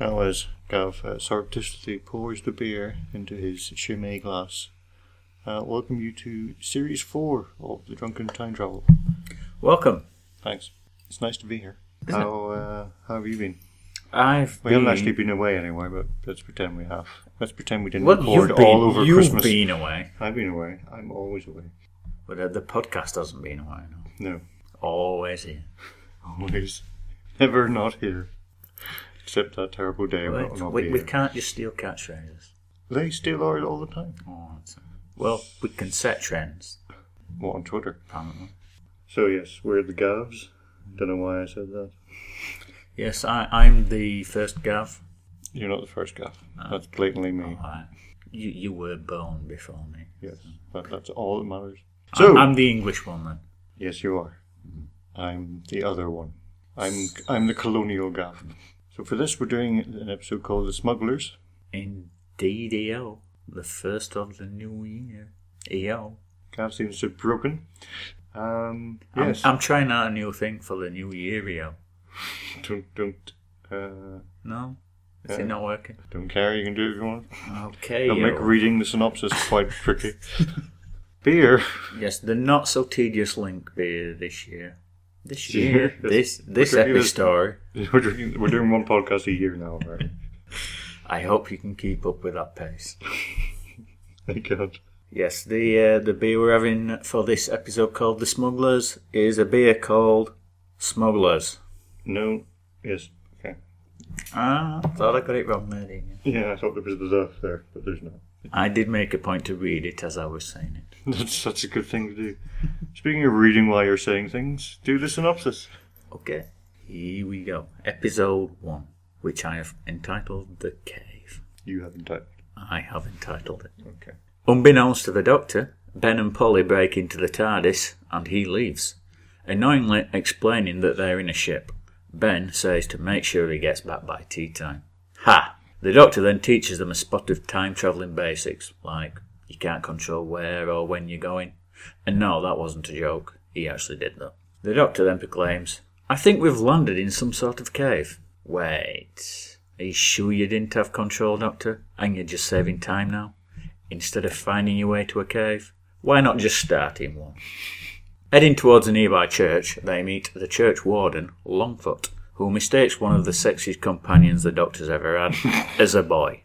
as Gav uh, surreptitiously pours the beer into his chimney glass. Uh, welcome you to Series 4 of the Drunken Time Travel. Welcome. Thanks. It's nice to be here. How, uh, how have you been? I've We haven't actually been away anywhere, but let's pretend we have. Let's pretend we didn't Well, record you've been, all over you've Christmas. been away, I've been away. I'm always away. but uh, the podcast hasn't been away. No. No, Always here. always. Never not here. Except that terrible day when I'll Right, not we, be we here. can't just steal catchphrases. They steal ours all the time. Oh, that's- well, we can set trends, What, on Twitter? apparently. So yes, we're the Gavs. Don't know why I said that. Yes, I, I'm the first Gav. You're not the first Gav. That's blatantly me. Right. You, you were born before me. Yes, that, that's all that matters. I'm- So I'm the English one then. yes, you are. I'm the other one. I'm I'm the colonial Gav. So for this, we're doing an episode called "The Smugglers." Indeed, EO. The first of the new year. E EO. Gav seems to have broken. Um, I'm- yes, I'm, trying out a new thing for the new year, E EO. don't don't uh, No? Is Yeah. it not working? don't care. You can do it if you want. Okay. Don't make EO. reading the synopsis quite tricky. Beer. Yes, the not so tedious link beer this year. This Sure. year, this this We're doing epic this- story. We're drinking, we're doing one podcast a year now, right? I hope you can keep up with that pace. Thank God. Yes, the uh, the beer we're having for this episode called the Smugglers is a beer called Smugglers. No. Yes. Okay. Ah, thought I got it wrong there, didn't you? Yeah, I thought there was the left there, but there's not. I did make a point to read it as I was saying it. That's such a good thing to do. Speaking of reading while you're saying things, do the synopsis. Okay, here we go. Episode one, which I have entitled "The Cave." You haven't typed. I have entitled it. Okay. Unbeknownst to the Doctor, Ben and Polly break into the TARDIS and he leaves, annoyingly explaining that they're in a ship. Ben says to make sure he gets back by tea time. Ha! The Doctor then teaches them a spot of time travelling basics, like you can't control where or when you're going. And no, that wasn't a joke. He actually did that. The Doctor then proclaims, I think we've landed in some sort of cave. Wait. Are you sure you didn't have control, Doctor? And you're just saving time now? Instead of finding your way to a cave, why not just start in one? Heading towards a nearby church, they meet the church warden, Longfoot, who mistakes one of the sexiest companions the Doctor's ever had as a boy.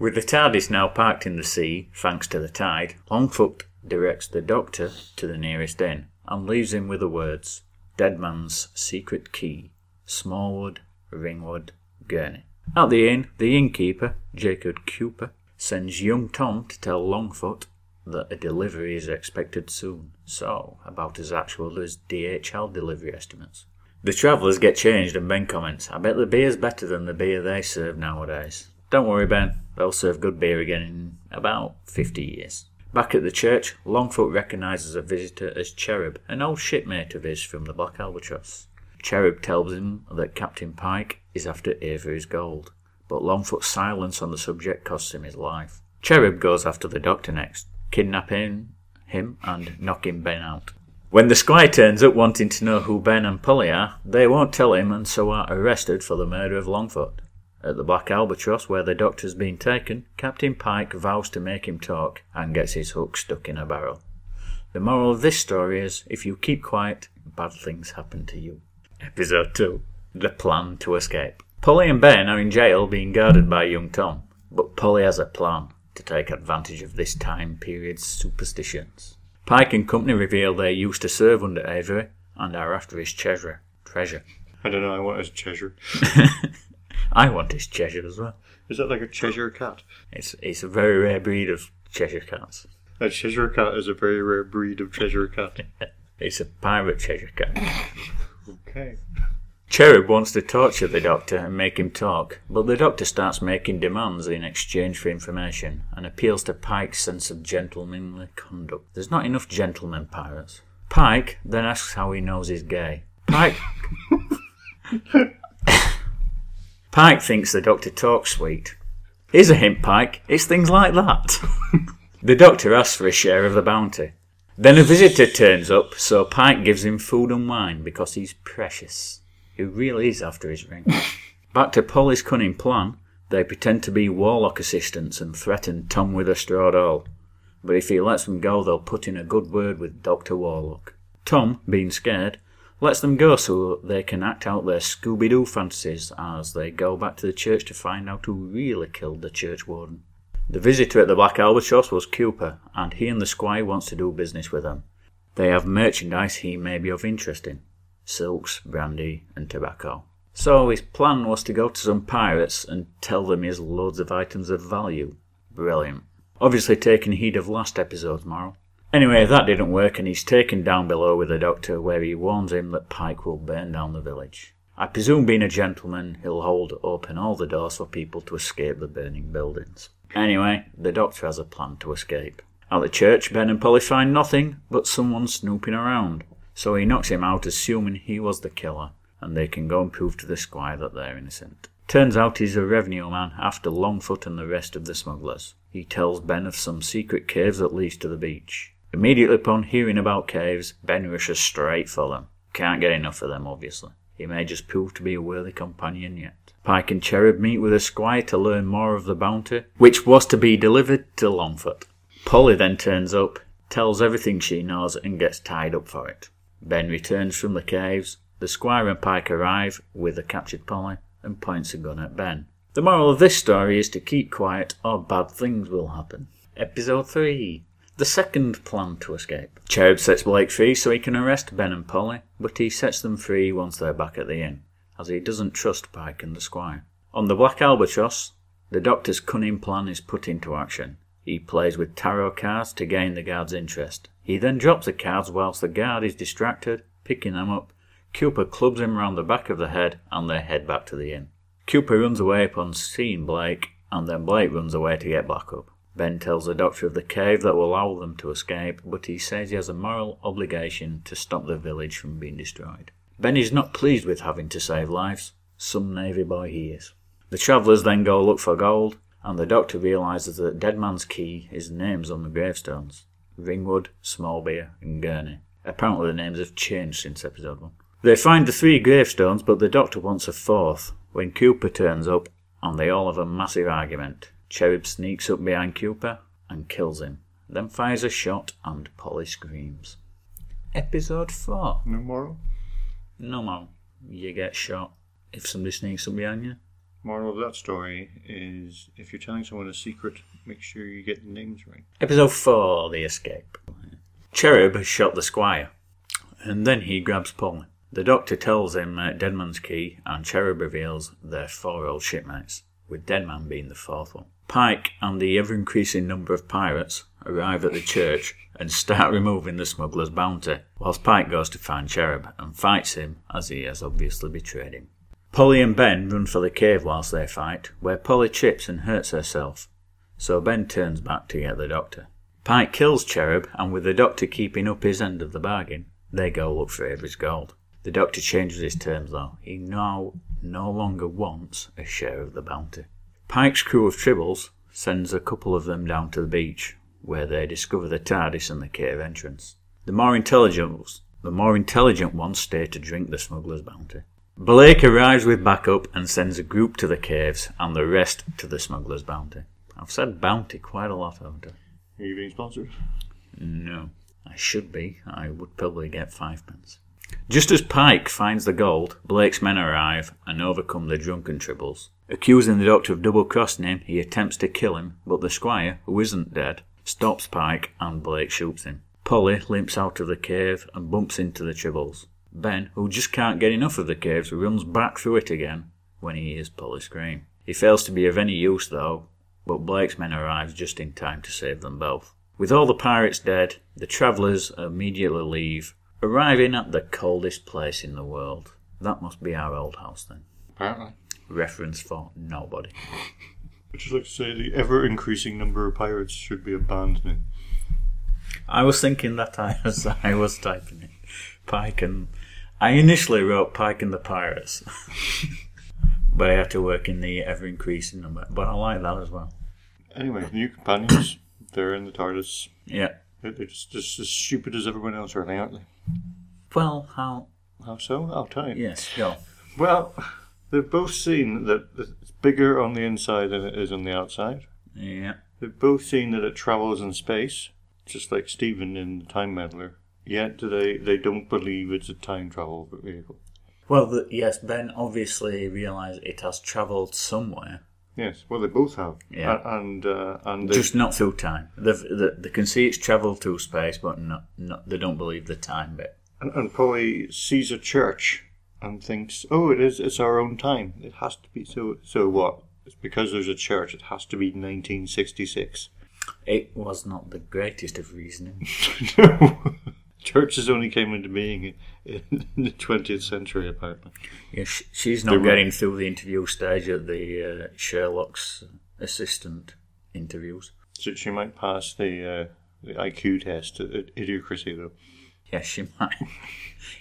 With the TARDIS now parked in the sea, thanks to the tide, Longfoot directs the Doctor to the nearest inn and leaves him with the words Dead Man's Secret Key, Smallwood, Ringwood, Gurney. At the inn, the innkeeper, Jacob Cooper, sends young Tom to tell Longfoot that a delivery is expected soon, so about as actual as DHL delivery estimates. The travellers get changed, and Ben comments, I bet the beer's better than the beer they serve nowadays. Don't worry, Ben, they'll serve good beer again in about 50 years. Back at the church, Longfoot recognises a visitor as Cherub, an old shipmate of his from the Black Albatross. Cherub tells him that Captain Pike is after Avery's gold, but Longfoot's silence on the subject costs him his life. Cherub goes after the doctor next, kidnapping him and knocking Ben out. When the squire turns up wanting to know who Ben and Polly are, they won't tell him and so are arrested for the murder of Longfoot. At the Black Albatross, where the doctor's been taken, Captain Pike vows to make him talk and gets his hook stuck in a barrel. The moral of this story is if you keep quiet, bad things happen to you. Episode 2 The Plan to Escape. Polly and Ben are in jail being guarded by young Tom, but Polly has a plan to take advantage of this time period's superstitions. Pike and company reveal they used to serve under Avery and are after his treasure. Treasure. I don't know, I want a Cheshire. I want his treasure as well. Is that like a Cheshire cat? It's it's a very rare breed of Cheshire cats. A Cheshire cat is a very rare breed of treasure cat. It's a pirate Cheshire cat. Okay. Cherub wants to torture the doctor and make him talk, but the doctor starts making demands in exchange for information and appeals to Pike's sense of gentlemanly conduct. There's not enough gentlemen pirates. Pike then asks how he knows he's gay. Pike. Pike thinks the doctor talks sweet. Here's a hint, Pike. It's things like that. the doctor asks for a share of the bounty. Then a visitor turns up, so Pike gives him food and wine because he's precious who really is after his ring. Back to Polly's cunning plan, They pretend to be warlock assistants and threaten Tom with a straw doll. But if he lets them go, they'll put in a good word with Dr. Warlock. Tom, being scared, lets them go so they can act out their Scooby Doo fantasies as they go back to the church to find out who really killed the churchwarden. The visitor at the Black Albatross was Cooper, and he and the squire wants to do business with them. They have merchandise he may be of interest in silks, brandy, and tobacco. So his plan was to go to some pirates and tell them he has loads of items of value. Brilliant. Obviously taking heed of last episode's moral. Anyway, that didn't work, and he's taken down below with the doctor, where he warns him that Pike will burn down the village. I presume, being a gentleman, he'll hold open all the doors for people to escape the burning buildings. Anyway, the doctor has a plan to escape. At the church, Ben and Polly find nothing but someone snooping around, so he knocks him out, assuming he was the killer, and they can go and prove to the squire that they're innocent. Turns out he's a revenue man after Longfoot and the rest of the smugglers. He tells Ben of some secret caves that leads to the beach. Immediately upon hearing about caves, Ben rushes straight for them. Can't get enough of them, obviously. He may just prove to be a worthy companion yet. Pike and Cherub meet with a squire to learn more of the bounty, which was to be delivered to Longfoot. Polly then turns up, tells everything she knows, and gets tied up for it. Ben returns from the caves. The squire and Pike arrive with the captured Polly and points a gun at Ben. The moral of this story is to keep quiet or bad things will happen. Episode 3 The second plan to escape. Cherub sets Blake free so he can arrest Ben and Polly, but he sets them free once they're back at the inn, as he doesn't trust Pike and the squire. On the Black Albatross, the doctor's cunning plan is put into action. He plays with tarot cards to gain the guard's interest. He then drops the cards whilst the guard is distracted, picking them up. Cooper clubs him round the back of the head and they head back to the inn. Cooper runs away upon seeing Blake, and then Blake runs away to get back up. Ben tells the doctor of the cave that will allow them to escape, but he says he has a moral obligation to stop the village from being destroyed. Ben is not pleased with having to save lives. Some navy boy he is. The travellers then go look for gold, and the doctor realises that Dead Man's Key is names on the gravestones Ringwood, Smallbeer, and Gurney. Apparently, the names have changed since episode 1. They find the three gravestones, but the doctor wants a fourth when Cooper turns up and they all have a massive argument. Cherub sneaks up behind Cooper and kills him, then fires a shot and Polly screams. Episode 4 No moral? No more. You get shot if somebody sneaks up behind you. Moral of that story is if you're telling someone a secret, make sure you get the names right. Episode 4 The Escape. Cherub has shot the squire, and then he grabs Polly. The doctor tells him uh, Deadman's key, and Cherub reveals their four old shipmates, with Deadman being the fourth one. Pike and the ever increasing number of pirates arrive at the church and start removing the smuggler's bounty, whilst Pike goes to find Cherub and fights him as he has obviously betrayed him. Polly and Ben run for the cave whilst they fight, where Polly trips and hurts herself, so Ben turns back to get the doctor. Pike kills Cherub, and with the doctor keeping up his end of the bargain, they go look for Avery's gold. The doctor changes his terms though. He now no longer wants a share of the bounty. Pike's crew of tribbles sends a couple of them down to the beach, where they discover the TARDIS and the cave entrance. The more intelligent, the more intelligent ones stay to drink the smuggler's bounty. Blake arrives with backup and sends a group to the caves and the rest to the smuggler's bounty. I've said bounty quite a lot, haven't I? Are you being sponsored? No. I should be. I would probably get fivepence. Just as Pike finds the gold, Blake's men arrive and overcome the drunken tribbles. Accusing the doctor of double crossing him, he attempts to kill him, but the squire, who isn't dead, stops Pike and Blake shoots him. Polly limps out of the cave and bumps into the tribbles. Ben, who just can't get enough of the caves, runs back through it again when he hears Polly scream. He fails to be of any use though, but Blake's men arrive just in time to save them both. With all the pirates dead, the travellers immediately leave, arriving at the coldest place in the world. That must be our old house then. Apparently. Reference for nobody. I'd just like to say the ever increasing number of pirates should be a band name. I was thinking that I as I was typing it. Pike and I initially wrote Pike and the Pirates. but I had to work in the ever increasing number. But I like that as well. Anyway, new companions. They're in the TARDIS. Yeah. They're they're just, just as stupid as everyone else, really, aren't they? Well, how How so? I'll tell you. yes, go. Well, They've both seen that it's bigger on the inside than it is on the outside. Yeah. They've both seen that it travels in space, just like Stephen in The Time Meddler. Yet they, they don't believe it's a time travel vehicle. Well, the, yes, Ben obviously realised it has travelled somewhere, Yes, well, they both have. Yeah. A- And, uh, and they, just not through time. They've, they, they can see it's travelled through space, but not, not, they don't believe the time bit. and, and Polly sees a church and thinks, oh, it is, it's our own time. It has to be. So, so what? It's because there's a church, it has to be 1966. It was not the greatest of reasoning. no. Churches only came into being in the 20th century, apparently. Yeah, sh- she's not They were- getting through the interview stage at the uh, Sherlock's assistant interviews. So she might pass the, uh, the IQ test at, at Idiocracy, though. Yes, she might.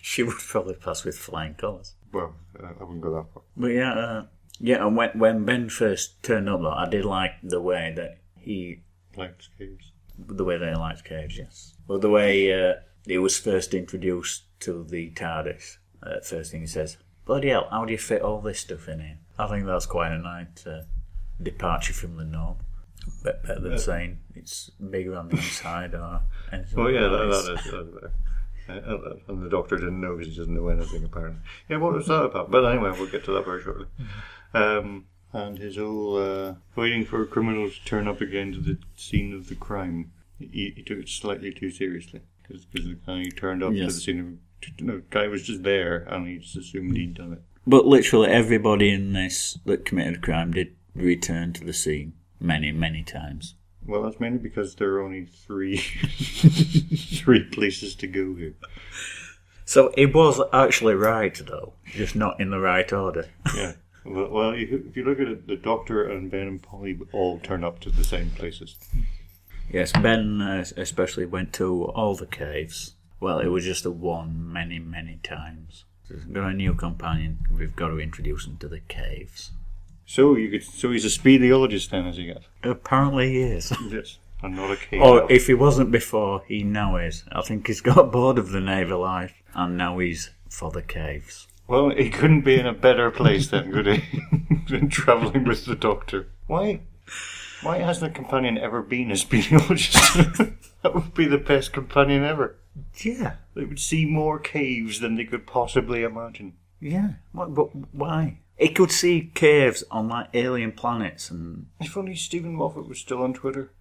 she would probably pass with flying colours. Well, I I wouldn't go that far. But yeah, uh, yeah. And when when Ben first turned up, though, I did like the way that he, Like caves. the way they liked caves. Yes, well, the way uh, he was first introduced to the TARDIS. Uh, first thing he says, "Bloody hell! How do you fit all this stuff in here?" I think that's quite a nice uh, departure from the norm. Bet better than saying it's bigger on the inside or anything. Oh yeah, that, like this. that is. That is better. Uh, uh, and the doctor didn't know because he doesn't know anything apparently. Yeah, what was that about? But anyway, we'll get to that very shortly. Um, and his whole uh, waiting for a criminal to turn up again to the scene of the crime. He, he took it slightly too seriously because the guy who turned up to Yes. the scene of no, the guy was just there and he just assumed he'd done it. But literally everybody in this that committed a crime did return to the scene many, many times. Well, that's mainly because there are only three three places to go here. So it was actually right, though, just not in the right order. Yeah. Well, well, you- if you look at it, the Doctor and Ben and Polly all turn up to the same places. yes, Ben uh, especially went to all the caves. Well, it was just the one many, many times. So we've got a new companion. We've got to introduce him to the caves. So you could. So he's a speleologist then, is he? Got? Apparently he is. Yes. Oh, And not a cave. or if he wasn't before, he now is. I think he's got bored of the naval life and now he's for the caves. well, he couldn't be in a better place then, could he? than traveling with the Doctor. Why? Why hasn't a companion ever been a speleologist? that would be the best companion ever. Yeah. They would see more caves than they could possibly imagine. Yeah, what, but why? It could see caves on like alien planets, and If only Stephen Moffat was still on Twitter.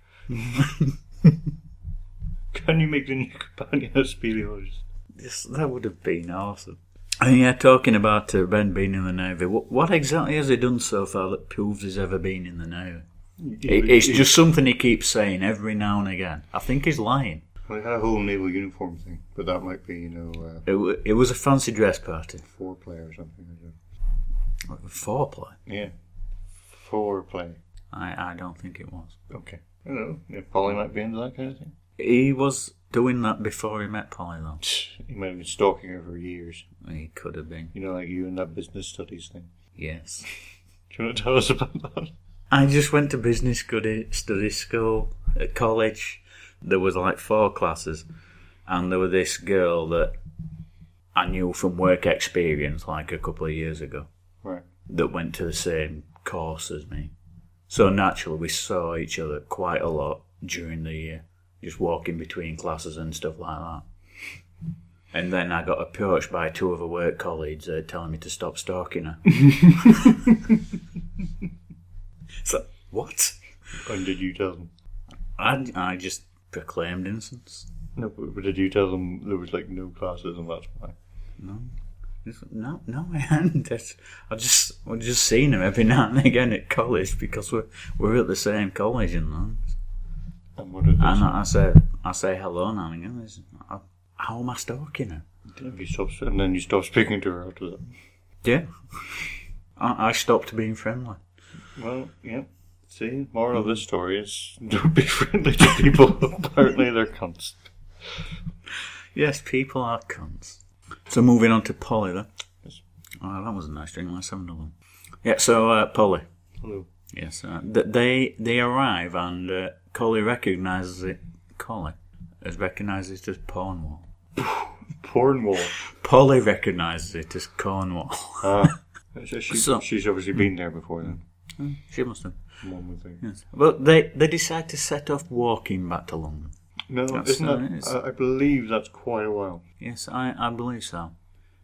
Can you make the new companion a speleologist? this, that would have been awesome. And yeah, talking about uh, Ben being in the navy, what, what exactly has he done so far that proves he's ever been in the navy? It, it's just something he keeps saying every now and again. I think he's lying. Well, they had a whole naval uniform thing, but that might be, you know, uh, It, wa- it was a fancy dress party, foreplay or something. I don't foreplay. know. Yeah, foreplay. I, I don't think it was. Okay. I don't know. Yeah, Polly might be into that kind of thing. He was doing that before he met Polly, though. He might have been stalking her for years. He could have been. You know, like you and that business studies thing. Yes. Do you want to tell us about that? I just went to business study, study school at college. There was like four classes, and there was this girl that I knew from work experience, like a couple of years ago, Right. that went to the same course as me. So naturally, we saw each other quite a lot during the year, just walking between classes and stuff like that. And then I got approached by two other work colleagues uh, telling me to stop stalking her. so, what? And did you tell them? I, I just proclaimed innocence. No, but but did you tell them there was like no classes and that's why? Just- No, no, I hadn't. That's- I just I just seen him every now and again at college because we're we're at the same college in London. And what did they And I, I said I say hello now and again. I said, "Oh, How am I stalking her? If you stop, and then you stop speaking to her after that. Yeah, I, I stopped being friendly. Well, yeah. See, moral of this story is don't be friendly to people. Apparently, they're cunts. Yes, people are cunts. So moving on to Polly then. Yes. Oh, that was a nice drink. Let's have another one. Yeah. So uh, Polly. Hello. Yes, uh, th- they they arrive and uh, Collie recognises it. Collie is recognises it as Cornwall. Porn wall. Polly recognises it as Cornwall. Ah, She, she- So- she's obviously been there before then. She must have. One would think. Yes. But they, they decide to set off walking back to London. No, That's isn't that? nice. I, I believe that's quite a while. Yes, I, I believe so.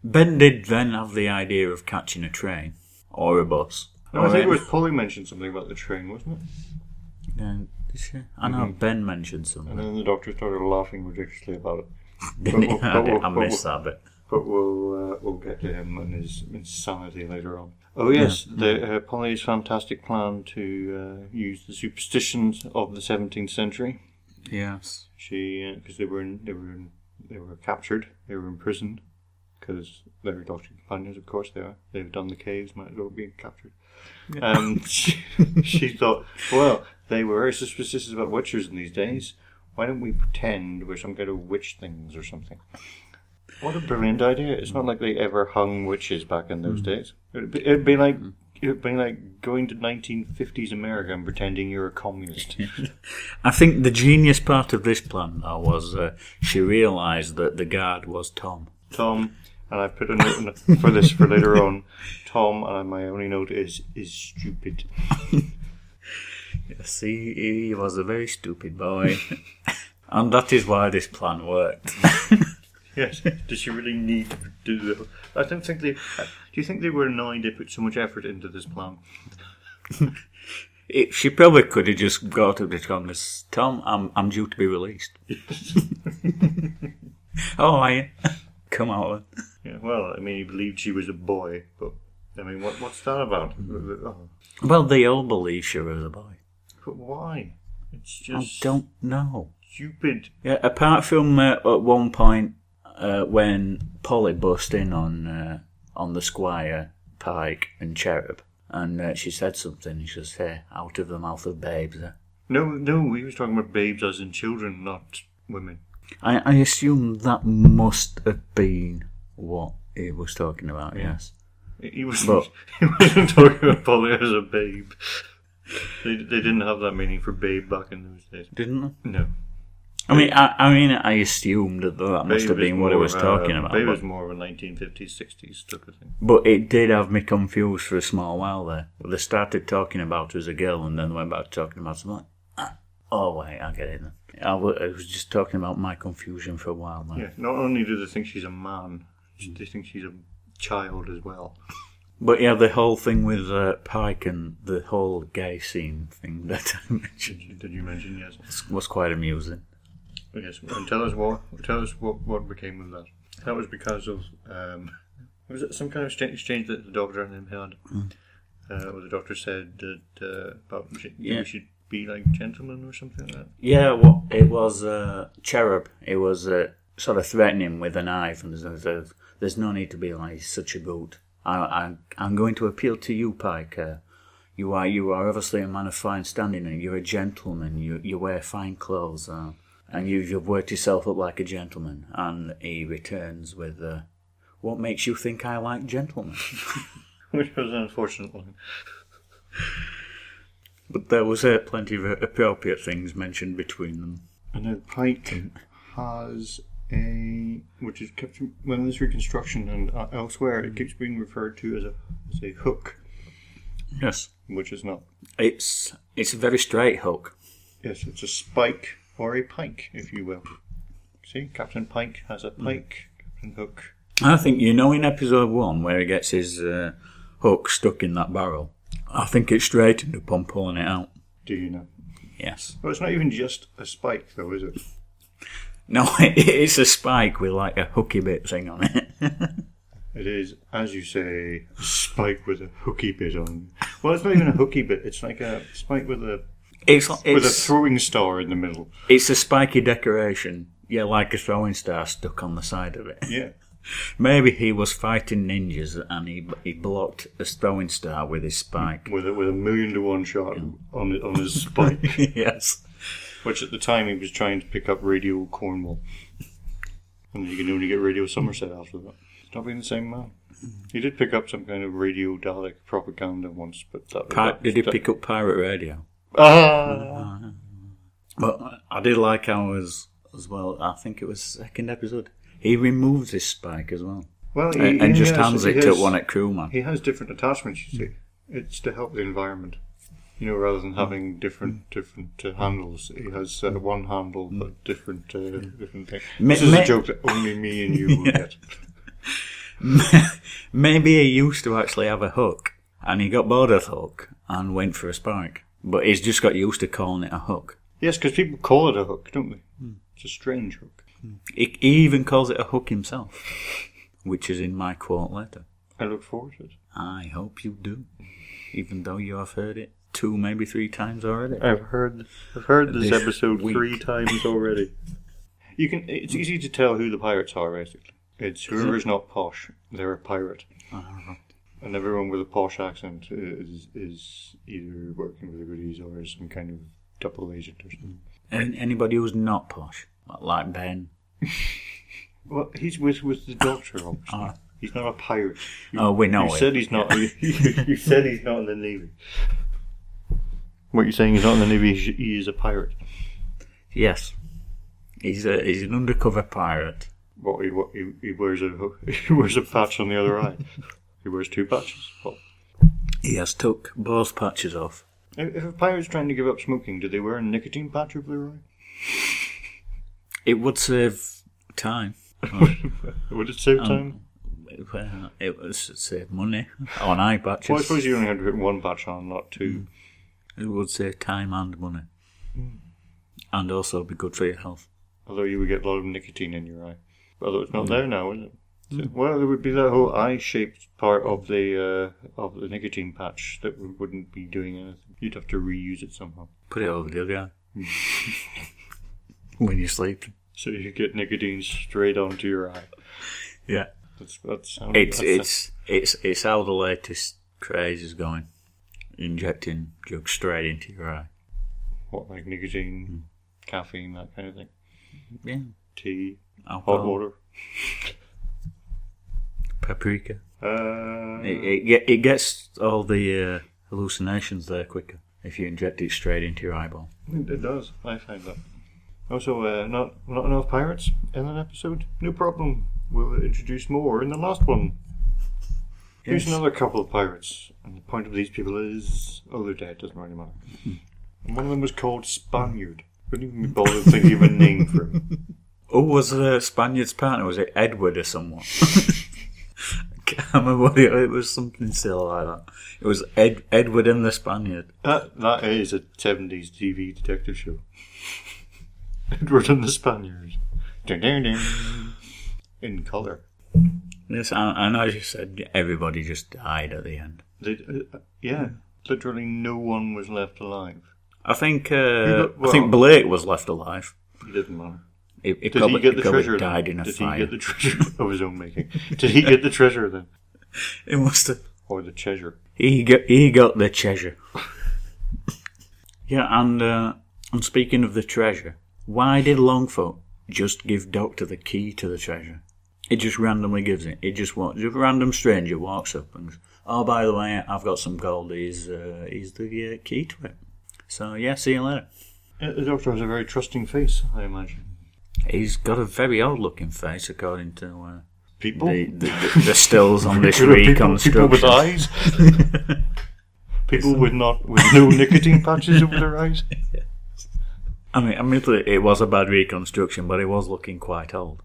Ben did then have the idea of catching a train or a bus. No, or I think it any- was Polly mentioned something about the train, wasn't it? No, did she? I know Ben mentioned something. Mm-hmm. And then the doctor started laughing ridiculously about it. Didn't he? oh, I, did- I oh, missed that bit. But we'll uh, we'll get to him and his insanity later on. Oh yes, the uh, Polly's fantastic plan to uh, use the superstitions of the 17th century. Yes. She because they were in, they were in, they were captured, they were imprisoned because they're Doctor Companions, of course they are. They've done the caves, might as well be captured. Um, she, she thought, well, they were very suspicious about witches in these days. Why don't we pretend we're some kind of witch things or something? What a brilliant idea! It's not like they ever hung witches back in those days. It'd be, it'd be like it'd be like going to 1950s America and pretending you're a communist. I think the genius part of this plan, though, was uh, she realised that the guard was Tom. Tom, and I put a note in for this for later on. Tom, and my only note is is stupid. Yes, he, he was a very stupid boy. and that is why this plan worked. Yes. Does she really need to do the? I don't think they. uh, Do you think they were annoyed they put so much effort into this plan? It, she probably could have just got up to Tom and said, Tom, I'm, I'm due to be released. oh, are you? Come out then. Yeah. Well, I mean, he believed she was a boy, but I mean, what what's that about? Mm-hmm. Oh, Well, they all believe she was a boy. but why? It's I just don't know. stupid. Yeah, apart from uh, at one point uh, when Polly bust in on uh, on the Squire, Pike, and Cherub, and uh, she said something. She says, "Hey, out of the mouth of babes." eh?" No, no. We was talking about babes as in children, not women. I, I assume that must have been what he was talking about. Yes. He was But- he wasn't talking about Polly as a babe. They, they didn't have that meaning for babe back in those days. Didn't they? No, I mean, I, I mean, I assumed that that must Babe have is been what I more, was talking uh, about. Babe but- was more of a 1950s, 60s type of thing. But it did have me confused for a small while there. They started talking about her as a girl and then went back to talking about something. Oh, wait, I get it then. I wa- I was just talking about my confusion for a while there. Yeah. Not only do they think she's a man, Mm. they think she's a child as well. But yeah, the whole thing with uh, Pike and the whole gay scene thing that I mentioned Did you, did you mention yes? was quite amusing. Yes. And tell us what tell us what what became of that. That was because of um, was it some kind of exchange- exchange that the doctor and him had, uh, where the doctor said that uh, about we should, Yeah. we should be like gentlemen or something like that. Yeah, well, it was uh, Cherub. It was uh, sort of threatening with a knife, and there's, there's, there's no need to be like such a goat. I, I, I'm going to appeal to you, Pike. Uh, you are you are obviously a man of fine standing, and you're a gentleman. You you wear fine clothes, uh, and you, you've worked yourself up like a gentleman. And he returns with, uh, "What makes you think I like gentlemen?" Which was an unfortunate line. But there was uh, plenty of appropriate things mentioned between them. And then Pike has a, which is kept well in this reconstruction and uh, elsewhere, it keeps being referred to as a as a hook, Yes, which is not. it's it's a very straight hook. Yes, it's a spike or a pike, if you will. See, Captain Pike has a pike. Captain Hook. I think you know in episode one where he gets his uh, hook stuck in that barrel. I think it straightened upon pulling it out. Do you know? Yes. Well, it's not even just a spike, though, is it? No, it's a spike with like a hooky bit thing on it. It is, as you say, a spike with a hooky bit on. Well, it's not even a hooky bit. It's like a spike with a It's with a it's, throwing star in the middle. it's a spiky decoration. Yeah, like a throwing star stuck on the side of it. Yeah. Maybe he was fighting ninjas and he he blocked a throwing star with his spike. with a, with a million to one shot on on his spike, yes. which at the time he was trying to pick up Radio Cornwall, and you can only get Radio Somerset after that. Stop being the same man. He did pick up some kind of Radio Dalek propaganda once, but that was Pi- that- did he that- pick up pirate radio? Ah, But I did like how as as well. I think it was second episode. He removed his spike as well. Well, he, and, and he just has- hands he it to has- one at crewman. He has different attachments, you see. It's to help the environment. You know, rather than having different different uh, handles, he has uh, one handle but different uh, different thing. Ma- this is ma- a joke that only me and you will get. Maybe he used to actually have a hook, and he got bored of the hook and went for a spike. But he's just got used to calling it a hook. Yes, because people call it a hook, don't they? It's a strange hook. He, he even calls it a hook himself, which is in my quote letter. I look forward to it. I hope you do, even though you have heard it two, maybe three times already. I've heard I've heard this, This episode week. three times already. You can. It's easy to tell who the pirates are. Basically, it's whoever's not posh, they're a pirate, and everyone with a posh accent is is either working with the goodies or is some kind of double agent or something. And anybody who's not posh, like Ben. Well, he's with with the doctor. Obviously, Ah. he's not a pirate. You, Oh, we know you it. said he's not. You, you said he's not in the navy. What you're saying is not in the navy. he's- He is a pirate. Yes, he's a, he's an undercover pirate. Well, he, wa- he, he wears a he wears a patch on the other eye. He wears two patches. Well, He has took both patches off. if if a pirate's trying to give up smoking, do they wear a nicotine patch over their eye? It would save time. Would it Um, save time? Well, it would s- save money on eye patches. Well, I suppose you only have to put one patch on, not two. It would save time and money, Hmm. and also be good for your health. Although you would get a lot of nicotine in your eye. Although it's not there now, is it? So- Well, there would be that whole eye-shaped part of the uh, of the nicotine patch that w- wouldn't be doing anything. You'd have to reuse it somehow. Put it over the other eye when you're sleeping. So you could get nicotine straight onto your eye. Yeah, That's that sounds. it's that's- it's it's it's how the latest craze is going. Injecting drugs straight into your eye. what like nicotine, caffeine, that kind of thing. Yeah, Tea, hot alcohol, water. paprika. Uh, It, it, get, it gets all the uh, hallucinations there quicker if you inject it straight into your eyeball. it it does. I find that. Also, uh, not not enough pirates in an episode. No problem. We'll introduce more in the last one. Here's another couple of pirates, and the point of these people is, oh, they're dead. Doesn't really matter. And one of them was called Spaniard. Couldn't even be bothered thinking of a name for him. Who Oh, was the Spaniard's partner? Was it Edward or someone? I can't remember what it, it was. Something still like that. It was Ed, Edward and the Spaniard. That that is a seventies TV detective show. Edward and the Spaniard. Dun, dun, dun. In color. Yes, and, and as you said, everybody just died at the end. They, uh, yeah, literally no one was left alive. I think You uh, got- I think well- Blake was left alive. He didn't matter. He, he Did probably, he get the probably treasure? died then? in a Did fire. he get the treasure of his own making? Did he get the treasure then, He must have. or the treasure? He got, he got the treasure. yeah, and uh, and speaking of the treasure, why did Longfoot just give Doctor the key to the treasure? It just randomly gives it. It just walks. A random stranger walks up and goes, "Oh, by the way, I've got some gold. He's uh, he's the uh, key to it." So yeah, see you later. Uh, The doctor has a very trusting face, I imagine. He's got a very old-looking face, according to uh, People, the, the, the, the stills on this People- people, reconstruction. people with eyes, people with not with no nicotine patches over their eyes. I mean, admittedly, it was a bad reconstruction, but it was looking quite old.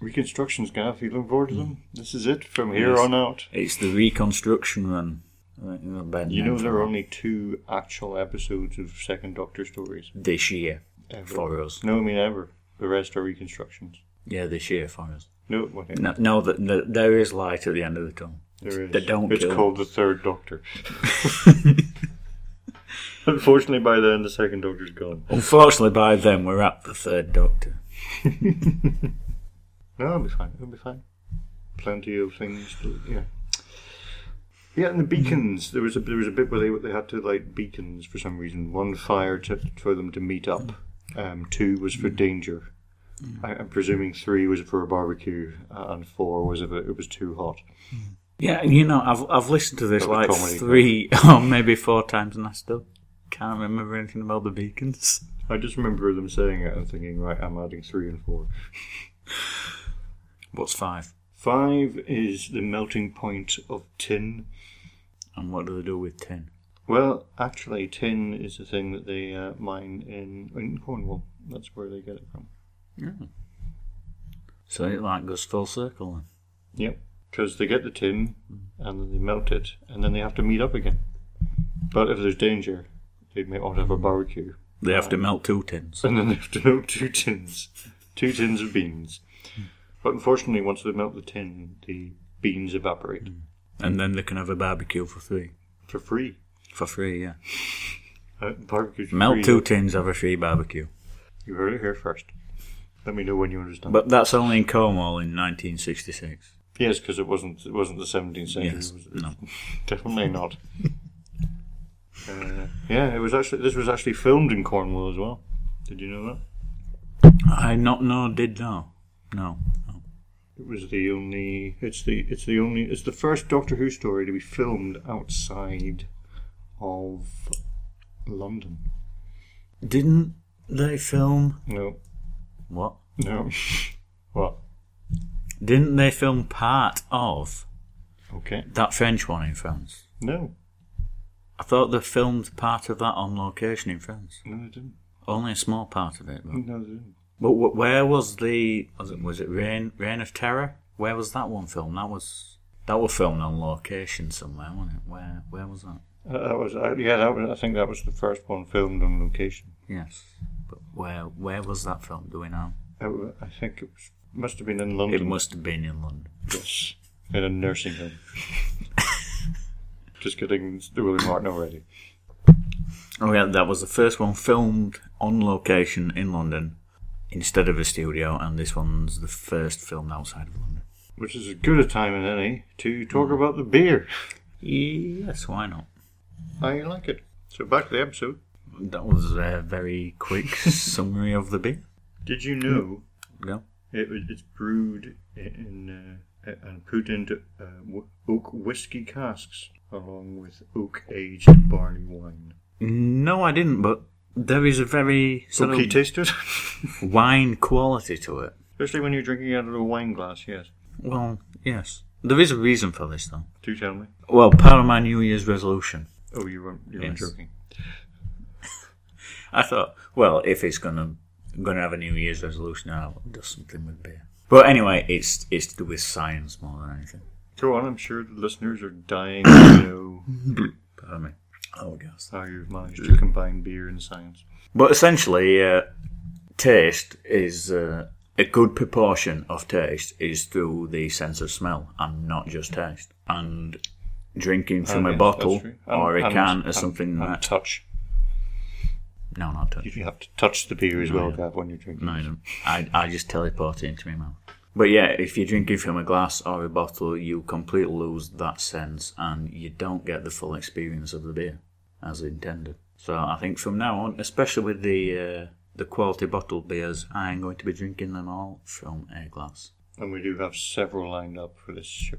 Reconstructions, Gav. You looking forward to them? This is it from here Hmm. Yes. on out. It's the reconstruction run. Right, you know, bad You name know for there are it. only two actual episodes of Second Doctor stories this year ever. for us. No, I mean ever. The rest are reconstructions. Yeah, this year for us. No, whatever. No, no that the, there is light at the end of the tunnel. There is. They don't it's kill. called the Third Doctor. Unfortunately, by then the Second Doctor's gone. Unfortunately, by then we're at the third Doctor. No, it'll be fine. It'll be fine. Plenty of things. To, yeah. Yeah, and the beacons. There was a there was a bit where they they had to light beacons for some reason. One fire to, for them to meet up. Um, two was for danger. Mm. I, I'm presuming three was for a barbecue, uh, and four was if it, it was too hot. Yeah, and you know, I've I've listened to this Got the like comedy three or maybe four times, and I still can't remember anything about the beacons. I just remember them saying it and thinking, right, I'm adding three and four. What's five? Five is the melting point of tin. And what do they do with tin? Well, actually, tin is the thing that they uh, mine in, in Cornwall. That's where they get it from. So it like goes full circle then. Yep. Because they get the tin and then they melt it and then they have to meet up again. But if there's danger, they may ought to have a barbecue. They have to melt two tins. And then they have to melt two tins. Two tins of beans. But unfortunately, once they melt the tin, the beans evaporate And then they can have a barbecue for three. for free. For free, yeah. Uh, barbecue's free. Melt two tins, have a free barbecue. You heard it here first. Let me know when you understand. But that's only in Cornwall in 1966. yes, because it wasn't it wasn't the 17th century. Yes. was it? No. Definitely not. uh, yeah, it was actually this was actually filmed in Cornwall as well. Did you know that? I not know, did know. No. no. It was the only. It's the. It's the only. It's the first Doctor Who story to be filmed outside of London. Didn't they film. No. What? No. what? Didn't they film part of Okay. that French one in France? No. I thought they filmed part of that on location in France. No, they didn't. Only a small part of it, though. No, they didn't. But wh- where was the was it, was it Rain Rain of Terror? Where was that one filmed? That was that was filmed on location somewhere, wasn't it? Where where was that? Uh, that was. Uh, yeah, that was. I think that was the first one filmed on location. Yes, but where where was that film? Do we know? I, w- I think it was. Must have been in London. It must have been in London. Yes. In a nursing home. Just kidding. It's the Willie Martin already. Oh yeah, that was the first one filmed on location in London instead of a studio, and this one's the first filmed outside of London. Which is as good a time as any to Mm. talk about the beer. Yes, why not? I like it. So back to the episode. That was a very quick summary of the beer. Did you know Yeah. it was it's brewed in uh, and put into uh, w- oak whiskey casks along with oak aged barley wine? No, I didn't, but there is a very sort Oaky of tasted, wine quality to it. especially when you're drinking out of a wine glass. Yes. Well, yes. There is a reason for this, though. Do tell me. Well, part of my New Year's resolution. Oh, you weren't you weren't Yes. joking. I thought, well, if it's gonna gonna have a New Year's resolution, I'll do something with beer. But anyway, it's it's to do with science more than anything. Go on. I'm sure the listeners are dying to know Pardon me. Oh, gas. how you've managed to combine beer and science. But essentially, uh, taste is uh, a good proportion of taste is through the sense of smell and not just taste. And drinking from Oh, a yes, bottle that's true. And- or a and- can or and- something and that touch. no, not touch. You have to touch the beer as well, Gav, when you're drinking. No, I don't. I, I just teleport it into my mouth. But yeah, if you're drinking from a glass or a bottle, you completely lose that sense and you don't get the full experience of the beer as intended. So I think from now on, especially with the uh, the quality bottled beers, I'm going to be drinking them all from a glass. And we do have several lined up for this show.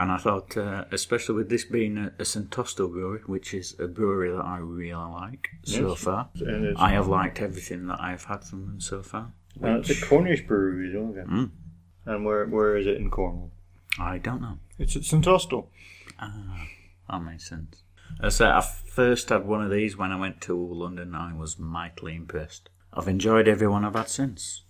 And I thought, uh, especially with this being a, a Santosto brewery, which is a brewery that I really like so Yes. Uh, far, And it's, I have liked everything that I've had from them so far. and it's a Cornish brewery, isn't it? Mm. And where where is it in Cornwall? I don't know. It's at St Austell. Ah, That makes sense. I said I first had one of these when I went to London. I was mightily impressed. I've enjoyed every one I've had since.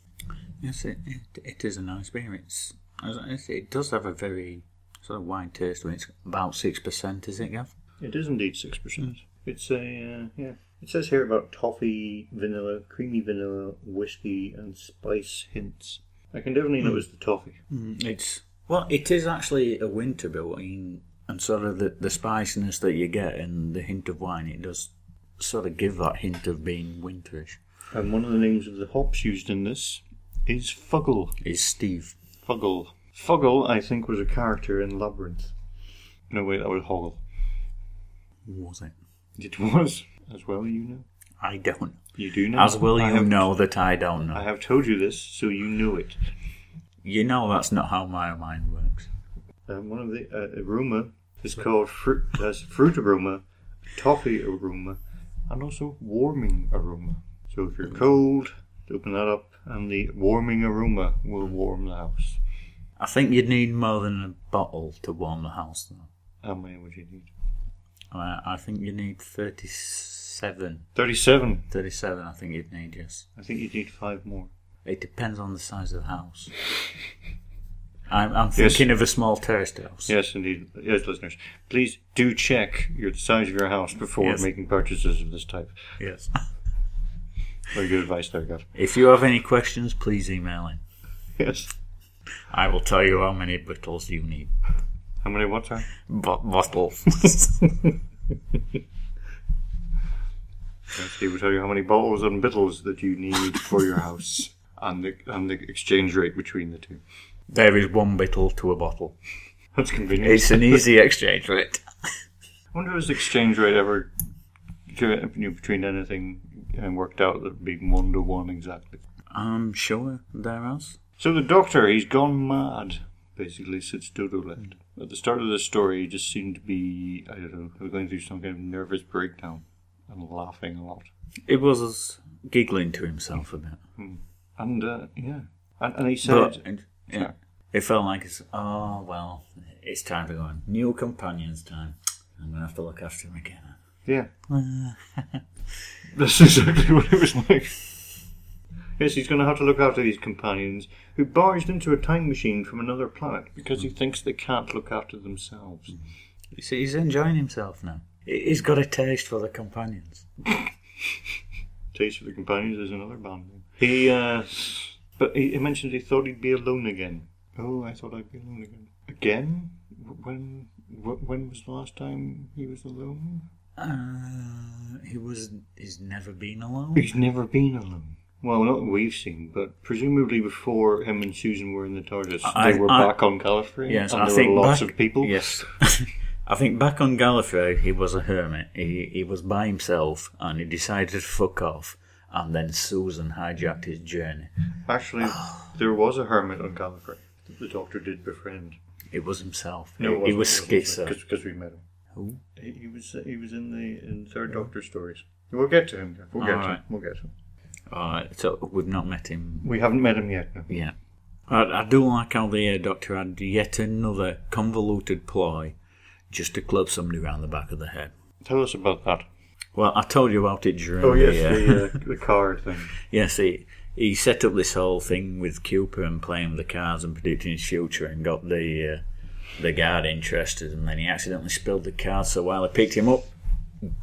Yes, it, it, it is a nice beer. It's, it's it does have a very sort of wine taste. to it. It's about six percent, is it, Gav? It is indeed six percent. Mm. It's a uh, yeah. It says here about toffee, vanilla, creamy vanilla, whiskey, and spice hints. I can Mm. definitely notice the toffee. It's well, it is actually a winter beer, I mean, and sort of the the spiciness that you get and the hint of wine. It does sort of give that hint of being winterish. And one of the names of the hops used in this is Fuggle. Is Steve? Fuggle. Fuggle, I think, was a character in Labyrinth. No, wait, that was Hoggle. Was it? It was, as well, you know. I don't. know. You do know. As will I you have- know that I don't know. I have told you this, so you know it. You know that's not how my mind works. Um, one of the uh, aroma is called fruit, as fruit aroma, toffee aroma, and also warming aroma. So if you're cold, open that up, and the warming aroma will warm the house. I think you'd need more than a bottle to warm the house, though. How many would you need? I, I think you need 37. 37. 37, I think you'd need, yes. I think you'd need five more. It depends on the size of the house. I'm, I'm Yes. thinking of a small terraced house. Yes, indeed. Yes, listeners. Please do check your, the size of your house before Yes. making purchases of this type. Yes. Very good advice there, Gav. If you have any questions, please email in. Yes. I will tell you how many bottles you need. How many what, sorry? Bo- bottles. Yes, he will tell you how many bottles and bittles that you need for your house and the, and the exchange rate between the two. there is one bottle to a bottle. That's convenient. It's an easy exchange rate. I wonder if this exchange rate ever you know, between anything and worked out that would be one to one exactly. I'm sure there is. So the doctor, he's gone mad, basically, since Dodo left. At the start of the story, he just seemed to be, I don't know, he was going through some kind of nervous breakdown and laughing a lot. It was giggling to himself a bit. And, uh, yeah. And, and he said, But it, yeah, it felt like it's oh well, it's time to go on. New companions time. I'm gonna have to look after him again. yeah. Uh, That's exactly what it was like. Yes, he's going to have to look after these companions who barged into a time machine from another planet because he thinks they can't look after themselves. You see, he's enjoying himself now. He- He's got a taste for the companions. Taste for the Companions is another band name. He, uh, but he, he mentioned he thought he'd be alone again. Oh, I thought I'd be alone again. Again? W- When? wh- When was the last time he was alone? Uh, he was. He's never been alone. He's never been alone. Well, not that we've seen, but presumably before him and Susan were in the TARDIS, I- they were I- back on Califrey, Yes, and I there think were lots back- of people. Yes. I think back on Gallifrey, he was a hermit. He he was by himself, and he decided to fuck off. And then Susan hijacked his journey. Actually, there was a hermit on Califrey that the Doctor did befriend. It was himself. he, he was schizo. Because we met him. Who? He, he was he was in the in Third Doctor stories. We'll get to him. Jeff. We'll get to him. Alright. We'll get to him. Alright, Uh, so we've not met him We haven't met him yet. No. Yeah. I, I do like how the uh, Doctor had yet another convoluted ploy just to club somebody round the back of the head. Tell us about that. Well, I told you about it during Oh yes, the... Uh, the uh, the card thing. yes, he, he set up this whole thing with Cooper and playing with the cards and predicting his future and got the, uh, the guard interested and then he accidentally spilled the cards, so while I picked him up,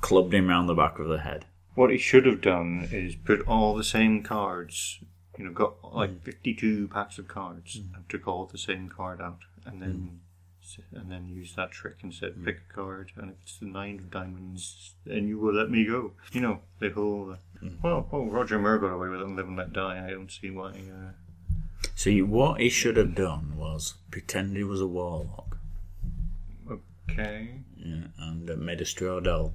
clubbed him round the back of the head. What he should have done is put all the same cards. You know, got like fifty-two packs of cards and took all the same card out, and then s and then used that trick and said, pick a card, and if it's the nine of diamonds, then you will let me go. You know, the whole. Uh, Well, well, Roger Moore got away with it, and live and let die. I don't see why. Uh, See, what he should have done was pretend he was a warlock uh, okay. yeah, and uh, made a straw doll.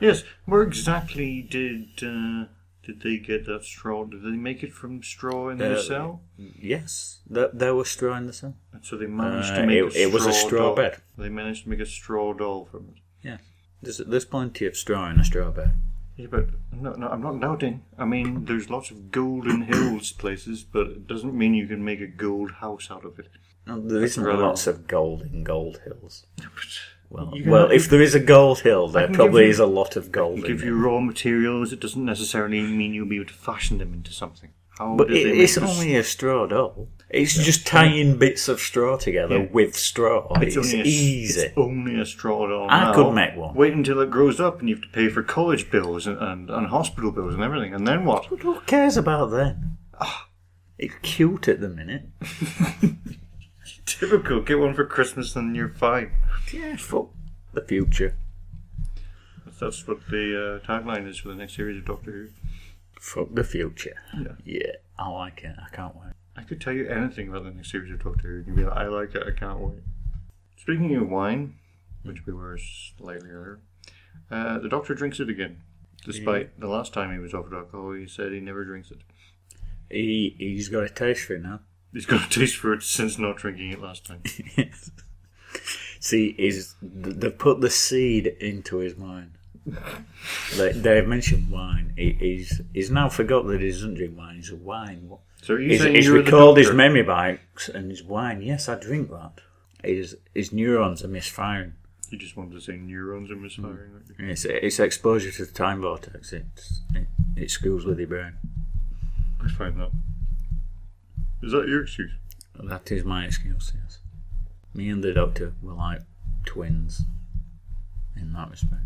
Yes, where exactly did uh, did they get that straw? Did they make it from straw in Uh, the cell? Yes, there, there was straw in the sun. And so they managed to uh, make it- a it was a straw doll. bed. They managed to make a straw doll from it. Yeah, there's there's plenty of straw in a straw bed. Yeah, but no, no, I'm not doubting. I mean, there's lots of golden hills places, but it doesn't mean you can make a gold house out of it. No, there isn't rather- lots of gold in gold hills. Well, You can- well, if there is a gold hill, there can probably give you- is a lot of gold. in Give it. you raw materials, it doesn't necessarily mean you'll be able to fashion them into something. How but did it, they make it's this- only a straw doll. It's just tying bits of straw together Yeah. with straw. It's, only a- easy. It's only a straw doll. I now. could make one. Wait until it grows up and you have to pay for college bills and, and, and hospital bills and everything. And then what? But who cares about that? Ah. It's cute at the minute. Typical. Get one for Christmas and you're fine. Yeah, fuck the future. That's what the uh, tagline is for the next series of Doctor Who. Fuck the future. Yeah. yeah, I like it. I can't wait. I could tell you anything about the next series of Doctor Who. and You'd be like, I like it. I can't wait. Speaking of wine, which we were slightly earlier, uh, the Doctor drinks it again. Despite the last time he was offered alcohol, he said he never drinks it. He he's got a taste for it now. He's got a taste for it since not drinking it last time. See, is th- they put the seed into his mind. They, they mentioned wine. He, he's he's now forgot that he doesn't drink wine. He's a wine. So are you He's, saying he's you're the recalled his doctor? memory banks and his wine. Yes, I drink that. His his neurons are misfiring. You just wanted to say neurons are Mm. misfiring. aren't you? It's, it's exposure to the time vortex. It's, it, it screws with your brain. I find that. Is that your excuse? That is my excuse, yes. Me and the doctor were like twins in that respect,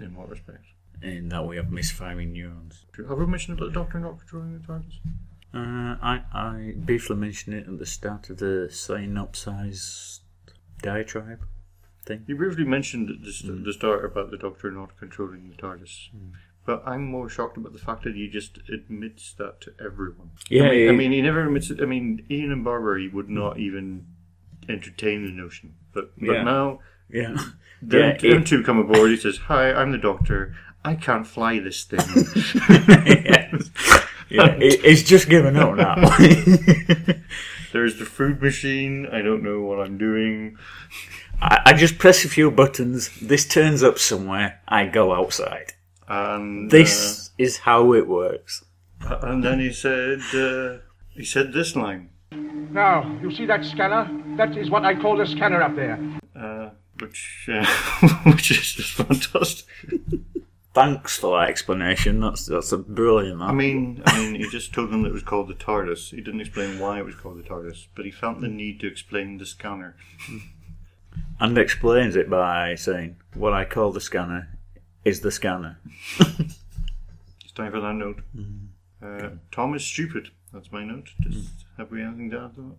In what respect? in that we have misfiring neurons. Do you have a mention about the doctor not controlling the TARDIS? Uh, I, I briefly mentioned it at the start of the synopsized diatribe. You briefly mentioned at the, st- the start about the doctor not controlling the TARDIS. But I'm more shocked about the fact that he just admits that to everyone. Yeah, I mean, he- I mean, he never admits it. I mean, Ian and Barbara, he would not even entertain the notion. But, but Yeah. now, Yeah. them, yeah, them it- two come aboard, he says, Hi, I'm the doctor. I can't fly this thing. yeah. Yeah, he- he's just given up now. There's the food machine. I don't know what I'm doing. I, I just press a few buttons, this turns up somewhere, I go outside. And uh, This is how it works. and then he said uh, he said this line. Now, you see that scanner? That is what I call a scanner up there. uh, which uh, which is just fantastic. Thanks for that explanation. That's that's a brilliant. That. I mean, I mean, he just told them that it was called the TARDIS. He didn't explain why it was called the TARDIS, but he felt the need to explain the scanner. and explains it by saying, "What I call the scanner is the scanner." It's time for that note. Uh, Tom is stupid. That's my note. Just, Have we anything to add to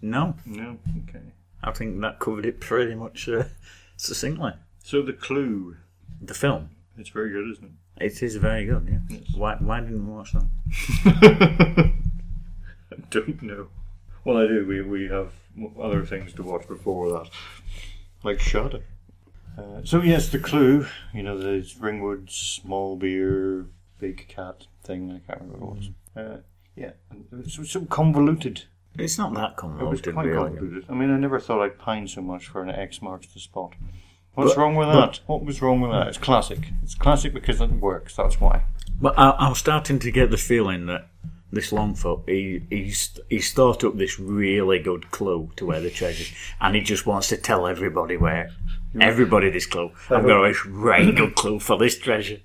No, that? No. Okay. I think that covered it pretty much uh, succinctly. So the clue. The film, It's very good, isn't it? it is very good. Yeah. Why why didn't we watch that? I don't know. Well, I do. We, we have other things to watch before that, like Shudder. Uh, so yes, the clue. You know, the Ringwood small beer big cat thing. I can't remember what. it was. Uh, yeah, and it was so convoluted. It's not that Oh, It was convoluted, quite really. convoluted. I mean, I never thought I'd pine so much for an X marks the spot. What's wrong with that? What was wrong with that? It's classic. It's classic because it works. That's why. But I, I'm starting to get the feeling that this Longfoot, he, he's he's thought up this really good clue to where the treasure, is, and he just wants to tell everybody where. Everybody this clue. I've got a right good clue for this treasure.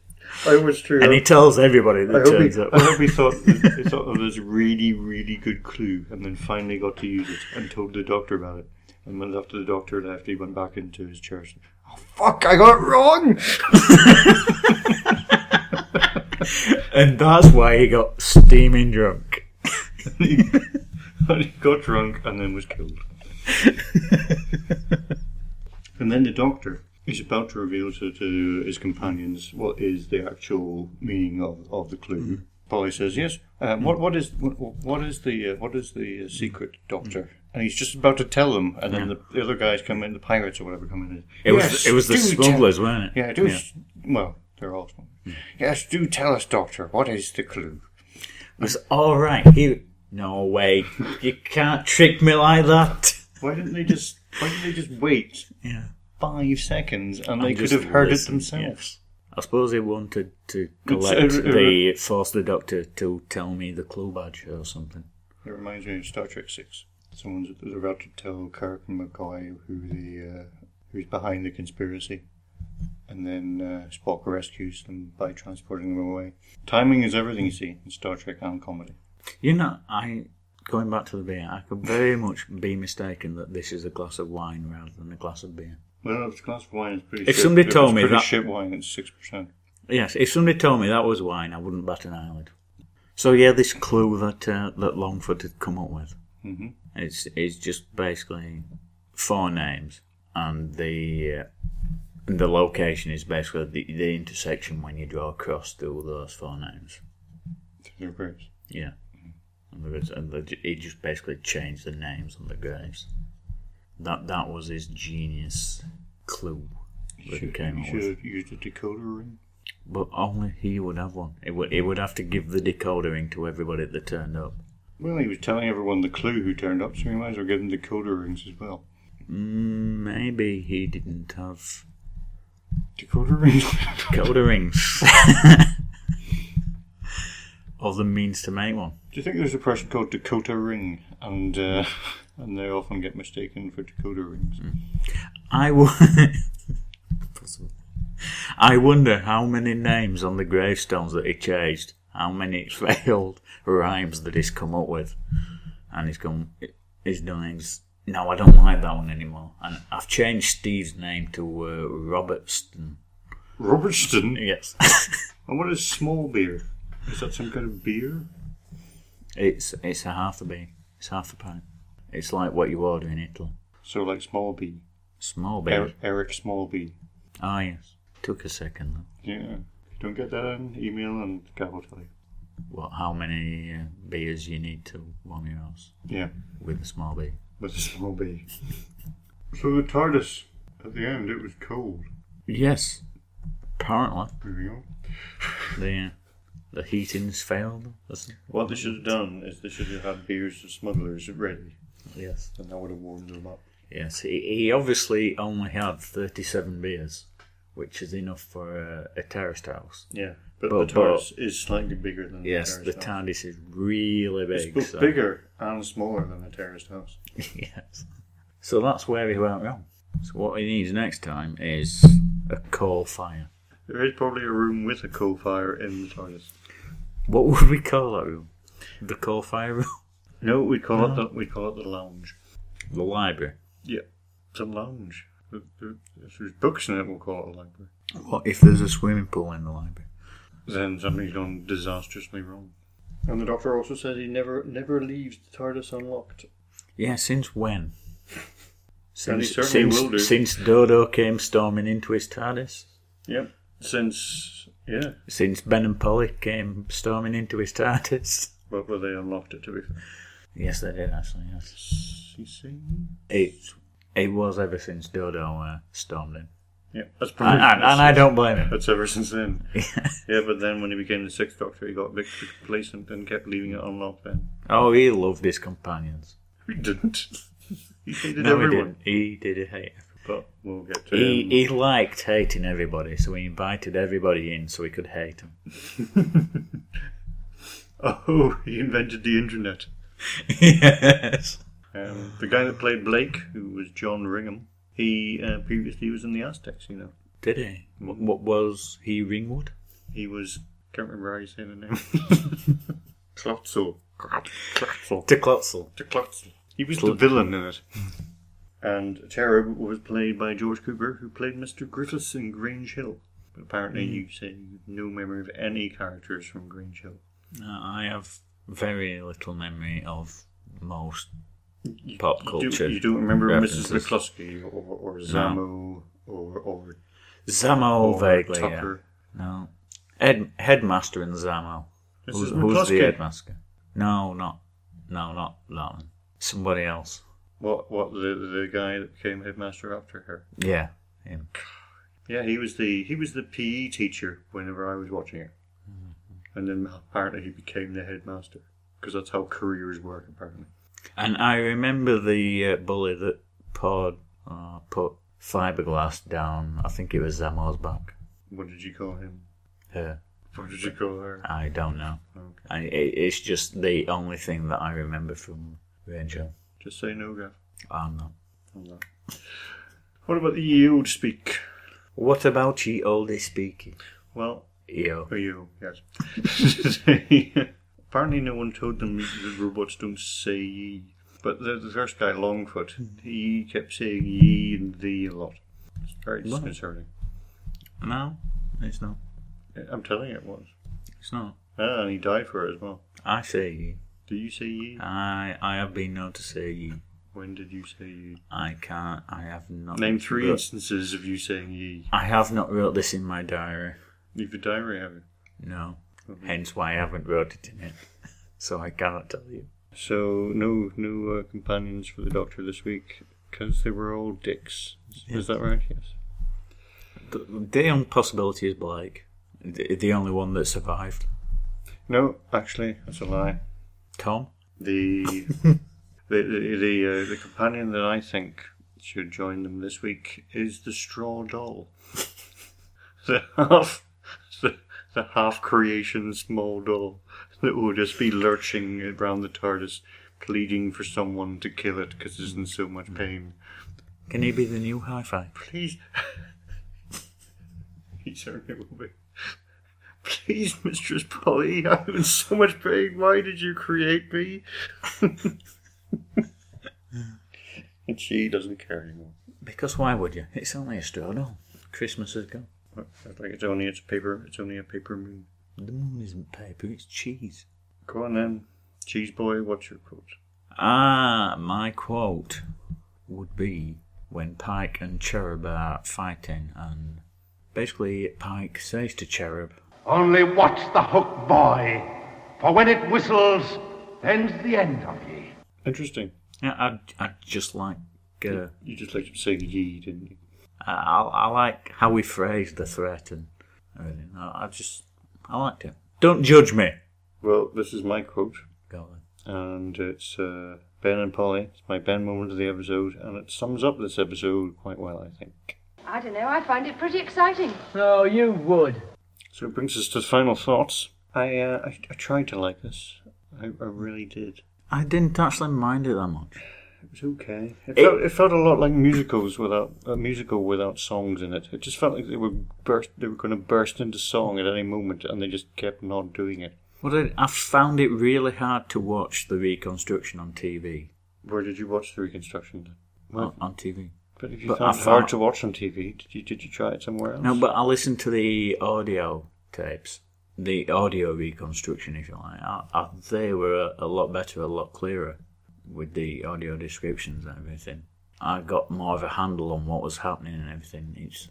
It was true. And he tells everybody I that hope, turns he, up. I hope he thought he thought of this really, really good clue, and then finally got to use it and told the doctor about it. And when after the doctor left, he went back into his chair. and said, Oh fuck! I got it wrong. And that's why he got steaming drunk. and he got drunk and then was killed. and then the doctor is about to reveal to, to his companions what is the actual meaning of, of the Mm-hmm. clue. Polly says, "Yes. Um, what what is what, what is the uh, what is the uh, secret, Doctor?" Mm-hmm. And he's just about to tell them, and then the, the other guys come in, the pirates or whatever come in. And, It "Yes, was it was the do tell- smugglers, weren't it? Yeah, do s- well. They're all smugglers. Mm. Yes, do tell us, Doctor. What is the clue? It was all right. He, no way, you can't trick me like that. Why didn't they just Why didn't they just wait Yeah, five seconds and they And could just have heard it listen, themselves. I suppose he wanted to It's- collect uh, uh, the force the doctor to tell me the clue badge or something. It reminds me of Star Trek Six. Someone's they're about to tell Kirk and McCoy who the uh, who's behind the conspiracy, and then uh, Spock rescues them by transporting them away. Timing is everything you see in Star Trek and comedy. You know, I going back to the beer, I could very much be mistaken that this is a glass of wine rather than a glass of beer. Well, if the glass of wine is pretty. If shit, somebody it's told me pretty that- shit wine, it's six percent. Yes, if somebody told me that was wine, I wouldn't bat an eyelid. So yeah, this clue that uh, that Longford had come up with, Mhm. it's it's just basically four names and the uh, and the location is basically the, the intersection when you draw a cross through those four names. They're great. Yeah, and, there is, and the, he just basically changed the names on the graves. That that was his genius clue that he Should, came you up should with. have used a decoder ring. But only he would have one. It would, it would have to give the decoder ring to everybody that turned up. Well, he was telling everyone the clue who turned up, so he might as well give them Mm, decoder rings as well. Maybe he didn't have Dakota Rings. Dakota rings. or the means to make one. Do you think there's a person called Dakota Ring, and uh, and they often get mistaken for Dakota Rings? I w- Possible. I wonder how many names on the gravestones that he changed, how many failed rhymes that he's come up with, and he's gone. His name's no, I don't like that one anymore, and I've changed Steve's name to uh, Robertson. Robertson. Yes, And what is small beer? Is that some kind of beer? it's it's a half a bean, it's half a pint. It's like what you order in Italy. So like small B. Small beer. Eric, Eric Small B. Ah yes, took a second. Though. Yeah. If you don't get that in email and Gab will tell you. What? How many uh, beers you need to warm your house Yeah. with a small beer? With a small B. so the TARDIS at the end it was cold. Yes. Apparently, Moving on. the uh, the heating's failed. What they should have done is they should have had beers and smugglers ready. Yes. And that would have warmed them up. Yes. He, he obviously only had thirty-seven beers, which is enough for a, a terraced house. Yeah. But, But- the TARDIS is slightly bigger than Yes, the the terraced house. TARDIS is really It's big. both so- bigger and smaller than a terraced house. yes. So that's where he went wrong. So what he needs next time is a coal fire. There is probably a room with a coal fire in the TARDIS. What would we call that room? The coal fire room. No, we call it the, we call it the lounge. The library. Yeah, it's a lounge. If if there's books in it, we'll call it a library. What if there's a swimming pool in the library? Then something's gone disastrously wrong. And the doctor also says he never never leaves the TARDIS unlocked. Yeah, since when? And he Since certainly since, will do. since Dodo came storming into his TARDIS. Yep. Since yeah, Since Ben and Polly came storming into his TARDIS. but well, they unlocked it to be fair. Yes, they did actually. Yes, CC. it it was ever since Dodo uh, stormed in, Yeah, that's and, probably and, and I don't blame him. that's ever since then. yeah, but then when he became the sixth Doctor, he got a bit complacent and kept leaving it unlocked. Then oh, he loved his companions. he didn't. he hated no, everyone. he didn't. He did hate. But we'll get to He him. he liked hating everybody, so he invited everybody in so he could hate them. Oh, he invented the internet. yes. Um, the guy that played Blake, who was John Ringham, he uh, previously was in the Aztecs. You know, Did he? What, what was he Ringwood? he was can't remember how you say the name. Klotzel. Klotzel. To Klotzel. Klotzel. He was the villain in it. And Terror was played by George Cooper, who played Mr. Griffiths in Grange Hill. But apparently, Hmm. you say you have no memory of any characters from Grange Hill. No, I have very little memory of most You- Pop you do- culture You don't remember Mrs. references. McCluskey or, or Zamo or or, Zamo or Oh, vaguely. yeah. Tucker. No, Head, headmaster in Zamo. Mrs. Who's, who's the McCluskey. headmaster? No, not no, not that one. Somebody else. What what the the guy that became headmaster after her? Yeah, him. Yeah, he was the he was the PE teacher whenever I was watching it, and then apparently he became the headmaster because that's how careers work apparently. And I remember the uh, bully that poured uh, put fiberglass down. I think it was Zamo's back. What did you call him? Her. What did you call her? I don't know. Okay. I, it, it's just the only thing that I remember from Rangel. Just say no, Gav. Oh no. I'm not. What about the yield speak? What about ye oldie speaky? Well, Yo. for you, yes. Apparently, no one told them the robots don't say ye. But the, the first guy, Longfoot, he kept saying ye and thee a lot. It's very Wow. disconcerting. No, it's not. I'm telling you, it was. It's not. Ah, and he died for it as well. I say ye. Do you say ye? I I have been known to say ye. When did you say ye? I can't. I have not. Name three wrote- instances of you saying ye. I have not wrote this in my diary. Leave your diary, have you? No. Hence why I haven't wrote it in it. So I cannot tell you. So, no no uh, companions for the doctor this week because they were all dicks. Is- Is that right? Yes. The, the only possibility is Blake, the, the only one that survived. No, actually, that's a lie. Tom. the the the the, uh, the companion that I think should join them this week is the straw doll. the half the, the half creation small doll that will just be lurching around the TARDIS, pleading for someone to kill it because it's in so much pain. Can he be the new hi fi? Please, he certainly will be. Please, Mistress Polly, I'm in so much pain. Why did you create me? and she doesn't care anymore. Because why would you? It's only a straw doll. Christmas has gone. Like Uh, it's only it's paper. It's only a paper moon. The moon isn't paper, it's cheese. Go on then, cheese boy. What's your quote? Ah, my quote would be when Pike and Cherub are fighting, and basically Pike says to Cherub, Only watch the hook, boy, for when it whistles, then's the end of ye. Interesting. I, I, I just like, uh, You just like to say ye, didn't you? I, I I like how he phrased the threat and everything. I, I just, I liked it. Don't judge me. Well, this is my quote, Go on. and it's uh, Ben and Polly. It's my Ben moment of the episode, and it sums up this episode quite well, I think. I don't know, I find it pretty exciting. Oh, you would. So it brings us to final thoughts. I uh, I, I tried to like this. I, I really did. I didn't actually mind it that much. It was okay. It, It- felt, it felt a lot like musicals without a musical without songs in it. It just felt like they were burst. They were going to burst into song at any moment, and they just kept not doing it. Well, I, I found it really hard to watch the reconstruction on TV. Where did you watch the reconstruction? Then? On, Well, on TV. but if you Uh, but found I it hard found- to watch on TV, did you did you try it somewhere else? No, but I listened to the audio tapes, the audio reconstruction, if you like. I, I, they were a, a lot better, a lot clearer with the audio descriptions and everything. I got more of a handle on what was happening and everything. It's,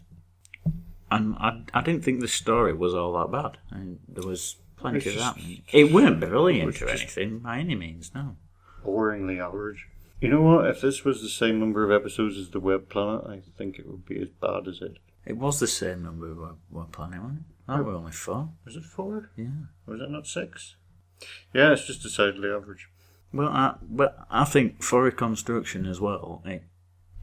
and I, I didn't think the story was all that bad. I mean, there was plenty It's of just- happening. It weren't brilliant it's or just- anything by any means, no. boringly average. You know what? If this was the same number of episodes as the Web Planet, I think it would be as bad as it. It was the same number we were, were planning, wasn't it? That were only four. Was it four? Yeah. Was it not six? Yeah, it's just decidedly average. Well, I, but I think for reconstruction as well, it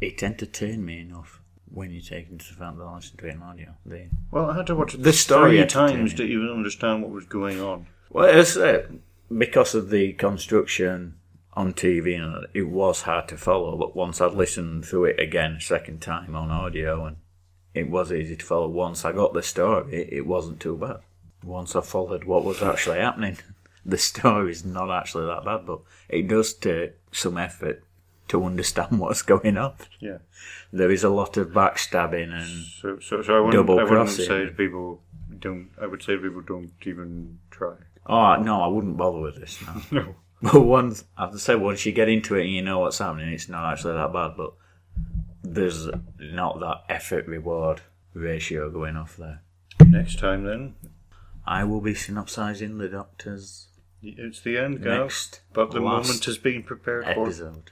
it entertained me enough when you take into account that I listened to it in audio. The, Well, I had to watch it The story three entertained times me. to even understand what was going on. well, it's, uh, because of the construction on TV, and it was hard to follow. But once I'd listened through it again a second time on audio, and it was easy to follow. Once I got the story, it, it wasn't too bad. Once I followed what was actually happening, the story's not actually that bad, but it does take some effort to understand what's going on. Yeah. there is a lot of backstabbing and So, so, so I wouldn't, Double I wouldn't crossing. say to people don't. I would say to people don't even try. oh no i wouldn't bother with this no No. but once i have to say once you get into it and you know what's happening it's not actually that bad but there's not that effort reward ratio going off there Next time then, i will be synopsizing the doctor's it's the end, Gav. Next, but the last moment has been prepared for. episode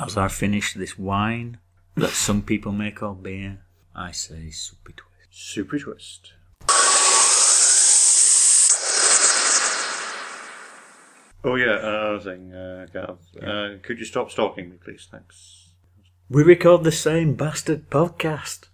as i finish this wine that some people may call beer i say soupy twist Super twist. Oh yeah, another thing, uh, Gav. Uh, could you stop stalking me, please? Thanks. we record the same bastard podcast